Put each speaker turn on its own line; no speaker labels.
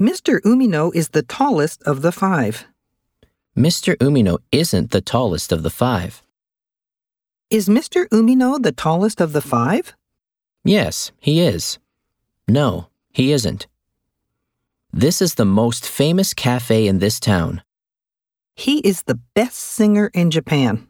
Mr. Umino is the tallest of the five.
Mr. Umino isn't the tallest of the five.
Is Mr. Umino the tallest of the five?
Yes, he is. No, he isn't. This is the most famous cafe in this town.
He is the best singer in Japan.